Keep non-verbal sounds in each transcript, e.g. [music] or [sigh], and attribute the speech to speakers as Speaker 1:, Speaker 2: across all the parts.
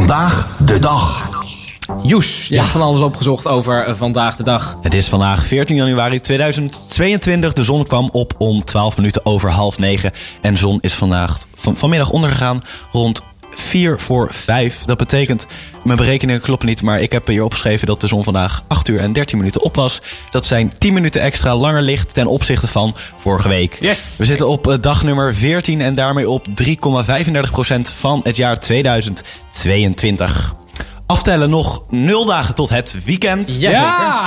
Speaker 1: Vandaag de dag.
Speaker 2: Joes, je
Speaker 3: Ja.
Speaker 2: hebt van alles opgezocht over eh, vandaag de dag.
Speaker 3: Het is vandaag 14 januari 2022. De zon kwam op om 12 minuten over half negen. En de zon is vandaag van, vanmiddag ondergegaan rond 4 voor 5. Dat betekent, mijn berekeningen kloppen niet, maar ik heb hier opgeschreven dat de zon vandaag 8 uur en 13 minuten op was. Dat zijn 10 minuten extra langer licht ten opzichte van vorige week.
Speaker 2: Yes.
Speaker 3: We zitten op eh, dag nummer 14 en daarmee op 3,35% van het jaar 2022. Aftellen nog 0 dagen tot het weekend.
Speaker 2: Ja!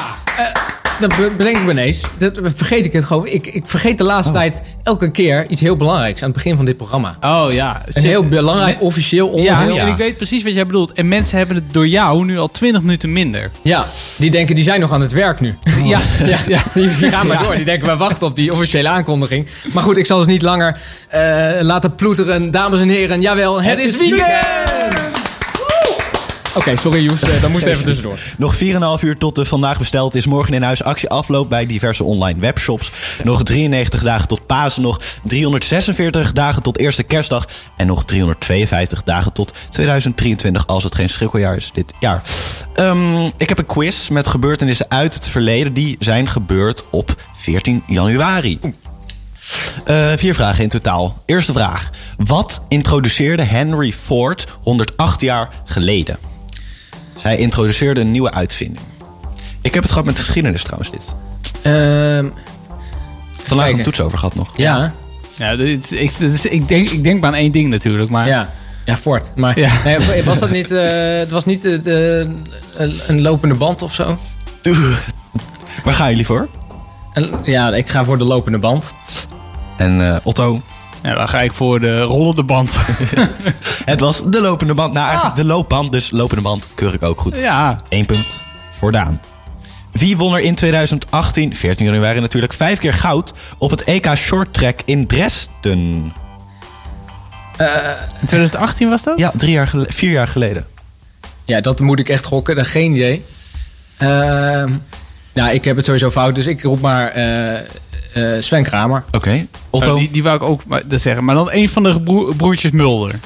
Speaker 2: dat be- bedenk ik me ineens. Dat vergeet ik het gewoon. Ik, ik vergeet de laatste tijd elke keer iets heel belangrijks aan het begin van dit programma.
Speaker 4: Oh ja.
Speaker 2: Een heel belangrijk officieel
Speaker 4: ja,
Speaker 2: onderdeel. Ja.
Speaker 4: en ik weet precies wat jij bedoelt. En mensen hebben het door jou nu al 20 minuten minder.
Speaker 2: die denken die zijn nog aan het werk nu.
Speaker 4: Ja.
Speaker 2: [laughs] Ja, die, die gaan maar door. Die denken, we wachten op die officiële aankondiging. Maar goed, ik zal dus niet langer eh, laten ploeteren. Dames en heren, jawel, het, is weekend! Woe! Oké, sorry Joes, eh, dat moest even tussendoor.
Speaker 3: Nog 4,5 uur tot de vandaag besteld is morgen in huis actie afloop bij diverse online webshops. Nog 93 dagen tot Pasen, nog 346 dagen tot eerste kerstdag en nog 352 dagen tot 2023 als het geen schrikkeljaar is dit jaar. Ehm, ik heb een quiz met gebeurtenissen uit het verleden die zijn gebeurd op 14 januari. Eh, vier vragen in totaal. Eerste vraag. Wat introduceerde Henry Ford 108 jaar geleden? Zij introduceerde een nieuwe uitvinding. Ik heb het gehad met geschiedenis trouwens dit.
Speaker 2: Ehm,
Speaker 3: Vandaag
Speaker 2: Kijken.
Speaker 3: een toets over gehad nog.
Speaker 2: ja,
Speaker 4: Ja, dit- ik, dit is- ik, denk, ik denk maar aan één ding natuurlijk. Maar
Speaker 2: ja. Ja, Ford. Maar
Speaker 4: Ja.
Speaker 2: nee, was dat niet, eh, het was niet eh, de- een, een lopende band of zo?
Speaker 3: Oeh. Waar gaan jullie voor?
Speaker 2: Een- ja, ik ga voor de lopende band.
Speaker 3: En eh, Otto?
Speaker 4: Ja, dan ga ik voor de rollende
Speaker 2: [laughs]
Speaker 4: band.
Speaker 3: Het was de lopende band. Nou, eigenlijk de loopband. Dus lopende band keur ik ook goed.
Speaker 4: ja.
Speaker 3: Eén punt voor Daan. Wie won er in 2018, 14 januari natuurlijk, vijf keer goud op het EK Short Track in Dresden?
Speaker 4: In 2018 was dat?
Speaker 3: Ja, drie jaar gele- vier jaar geleden.
Speaker 2: Ja, dat moet ik echt gokken. Dat geen idee. Ehm, nou, ik heb het sowieso fout, dus ik roep maar eh, eh, Sven Kramer.
Speaker 3: Oké. Otto?
Speaker 4: Oh, die, die wou ik ook maar, dat zeggen. Maar dan een van de broer- broertjes Mulder.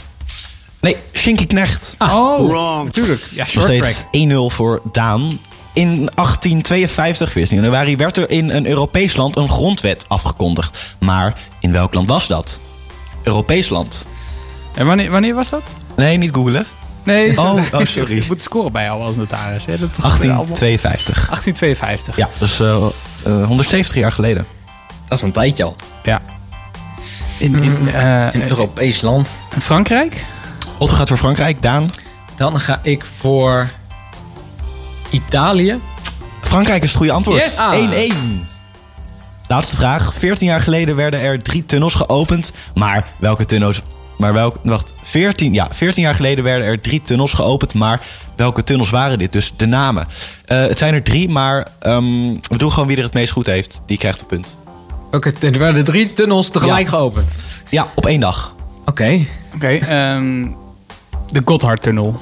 Speaker 3: Nee, Shinky Knecht.
Speaker 2: Ah.
Speaker 4: oh,
Speaker 1: Wrong.
Speaker 4: natuurlijk. Ja,
Speaker 3: Nog
Speaker 4: short
Speaker 3: steeds
Speaker 4: track.
Speaker 3: 1-0 voor Daan. In 1852, 14 januari, werd er in een Europees land een grondwet afgekondigd. Maar in welk land was dat? Europees land.
Speaker 4: En wanneer, wanneer was dat?
Speaker 3: Nee, niet googlen.
Speaker 4: Nee. [laughs]
Speaker 3: Oh, oh, sorry.
Speaker 4: Je moet scoren bij jou als notaris. Hè? Dat gebeurt allemaal.
Speaker 3: 1852.
Speaker 4: 1852.
Speaker 3: Ja, dus eh, eh, 170 jaar geleden.
Speaker 2: Dat is een tijdje al.
Speaker 4: Ja. In,
Speaker 3: Mm.
Speaker 4: in, eh,
Speaker 2: Een Europees land.
Speaker 4: in Frankrijk?
Speaker 3: Otto gaat voor Frankrijk. Daan.
Speaker 2: Dan ga ik voor Italië.
Speaker 3: Frankrijk is het goede antwoord.
Speaker 2: Yes!
Speaker 3: 1-1. Laatste vraag. 14 jaar geleden werden er drie tunnels geopend. Maar welke tunnels... Maar welk, wacht, 14, ja, 14 jaar geleden werden er drie tunnels geopend. Maar welke tunnels waren dit? Dus de namen. Eh, het zijn er drie, maar ehm, we doen gewoon wie er het meest goed heeft. Die krijgt een punt.
Speaker 2: Oké, er werden drie tunnels tegelijk
Speaker 3: Ja.
Speaker 2: geopend.
Speaker 3: Ja, op één dag.
Speaker 2: Oké.
Speaker 4: Oké. ehm, de Gotthardtunnel.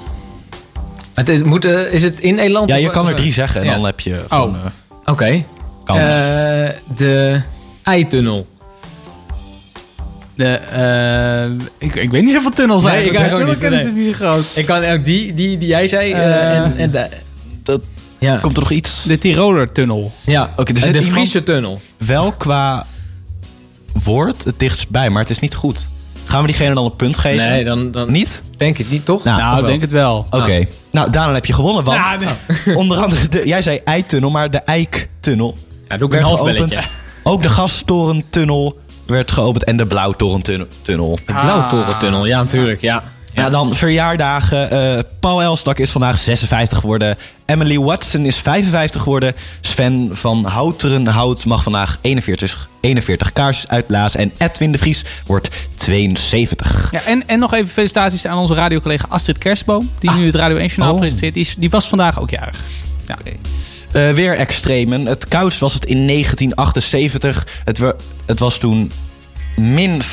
Speaker 2: Het is, moet, eh, is het in Nederland?
Speaker 3: Ja, je
Speaker 2: of-
Speaker 3: kan er
Speaker 2: of-
Speaker 3: drie zeggen en
Speaker 2: Ja.
Speaker 3: dan heb je gewoon
Speaker 4: Oh.
Speaker 3: eh,
Speaker 2: Oké.
Speaker 3: kans.
Speaker 2: Eh, de eitunnel.
Speaker 4: De, eh, ik, ik weet niet zoveel tunnels
Speaker 2: Nee,
Speaker 4: eigenlijk.
Speaker 2: ik eigenlijk ook
Speaker 4: Tunnelkennis
Speaker 2: niet,
Speaker 4: is niet zo groot.
Speaker 2: Ik kan ook die, die, die jij zei. eh,
Speaker 4: Eh,
Speaker 2: en, en de,
Speaker 3: dat,
Speaker 2: ja.
Speaker 3: komt er nog iets?
Speaker 4: De Tiroler-tunnel.
Speaker 2: ja.
Speaker 3: Oké, er
Speaker 2: Eh,
Speaker 3: zit
Speaker 2: de
Speaker 3: iemand-
Speaker 2: Friese tunnel.
Speaker 3: Wel qua woord het dichtst bij, maar het is niet goed. Gaan we diegene dan een punt geven?
Speaker 2: Nee, dan, dan
Speaker 3: Niet?
Speaker 2: denk ik niet, toch?
Speaker 3: Nou,
Speaker 4: nou, ik
Speaker 2: Of wel?
Speaker 4: denk het wel.
Speaker 3: Oké. Nou, Daniel heb je gewonnen, want
Speaker 4: Ja, nee.
Speaker 3: [laughs] onder andere, de- jij zei eitunnel, maar de eiktunnel
Speaker 2: Ja, doe ik een
Speaker 3: werd
Speaker 2: half
Speaker 3: geopend.
Speaker 2: belletje.
Speaker 3: Ook de gastorentunnel werd geopend en de blauwtorentunnel. tunnel.
Speaker 2: De Blauwtorentunnel, ja, natuurlijk. Ja.
Speaker 3: Ja, dan verjaardagen. Eh, Paul Elstak is vandaag 56 geworden. Emily Watson is 55 geworden. Sven van Houterenhout mag vandaag 41, 41 kaarsjes uitblazen. En Edwin de Vries wordt 72.
Speaker 4: Ja, en, en nog even felicitaties aan onze radiocollega Astrid Kersboom. Die
Speaker 2: Ah.
Speaker 4: nu het Radio 1 Journaal
Speaker 3: Oh.
Speaker 4: presenteert. Die, is- die was vandaag ook jarig. Ja.
Speaker 3: Eh, weer extremen. Het koudst was het in 1978. Het, wa- het was toen min 15,2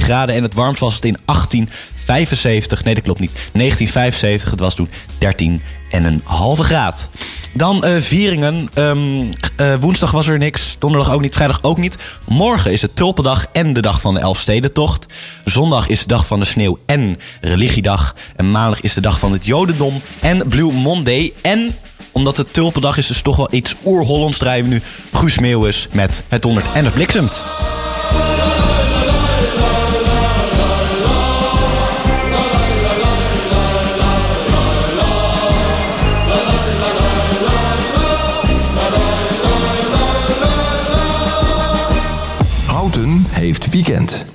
Speaker 3: graden. En het warmst was het in 1875. Nee, dat klopt niet. 1975. Het was toen 13,1 en een halve graad. Dan eh, vieringen. Ehm, eh, woensdag was er niks. Donderdag ook niet. Vrijdag ook niet. Morgen is het Tulpendag en de dag van de Elfstedentocht. Zondag is de dag van de sneeuw en religiedag. En maandag is de dag van het Jodendom en Blue Monday. En omdat het Tulpendag is, dus toch wel iets oer-Hollands draaien we nu. Guus Meeuwis met het dondert en het bliksemt.
Speaker 1: Houten heeft weekend.